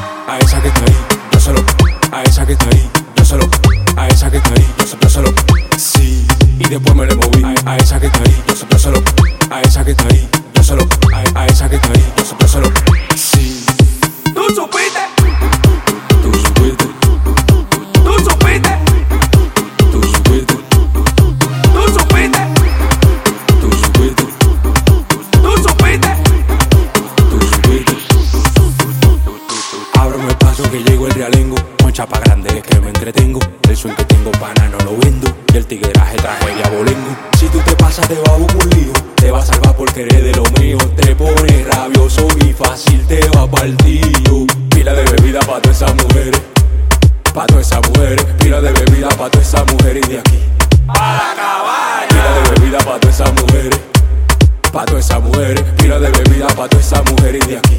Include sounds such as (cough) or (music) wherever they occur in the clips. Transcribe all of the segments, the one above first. que está ahí, yo se lo, a esa que está ahí, yo se lo, a esa que está ahí, yo se, yo se lo, sí. Y después me le moví, a, a esa que está ahí, yo se, yo se lo, a esa que está ahí, yo se lo, a, a esa que está ahí, yo se, yo se lo, sí. Tú supiste, Tú supiste, tú supiste, tú tú supiste, supiste, tú supiste, tú supiste. tú supiste. Ábrame espacio que llego el realengo, con chapa grande es que me entretengo. El swing que tengo pana no lo vendo, y el tigueraje traje de abolengo. Si tú te pasas de babu un lío, te va a salvar porque eres de lo mío. Te pones rabioso y fácil te va partido. Pila de bebida para todas esas mujeres, para todas esas mujeres. Pila de bebida para todas esas mujeres de aquí. Para caballo. Pila de bebida para todas esas mujeres, para todas esas mujeres. Pila de bebida para todas esas mujeres de aquí.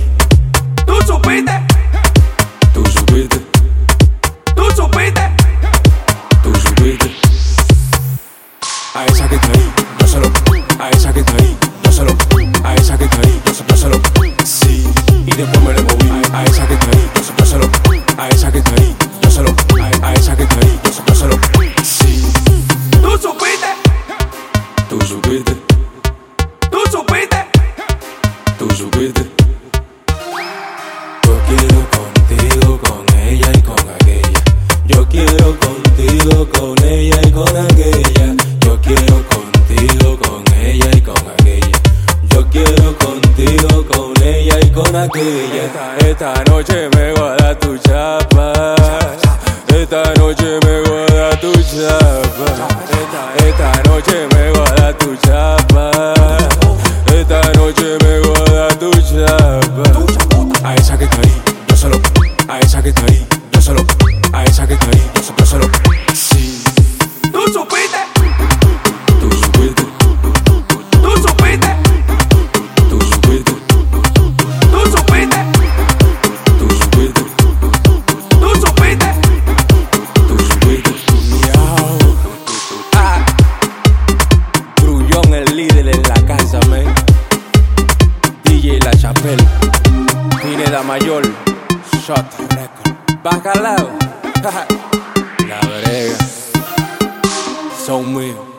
Tú supiste, Tú supiste, tú supiste, tú supiste. A esa que está ahí, yo se lo. A esa que está ahí, yo se lo. A esa que está ahí, yo se, yo se lo. Sí. Y después me le moví. A, a esa que está ahí, yo se, yo se lo. A esa que está ahí, yo se lo. A, a esa que está ahí, yo se, yo se lo. Sí. tú supiste, Tú supiste, tú supiste. tú supiste. Yo quiero contigo, con ella y con aquella. Yo quiero contigo, con ella y con aquella. Yo quiero contigo, con ella y con aquella. Yo quiero contigo, con ella y con aquella. Esta, esta noche me voy a dar tu chapa. Esta noche me voy a dar tu chapa. Esta, esta noche me voy a dar tu chapa. Esta noche me voy a dar tu chapa. A esa que está ahí, yo se lo. A esa que está ahí, yo se lo. A esa que está ahí, yo se, yo se lo. Sí, Tú supiste, tú supiste, tú supiste, tú supiste, tú supiste, tú supiste, tú supiste. tú supiste. Miau. Ah. Grullón el líder en la casa, man. DJ La Chapelle. Pineda Mayor. Shot Record. (laughs) Bacalao. la brega. Son míos.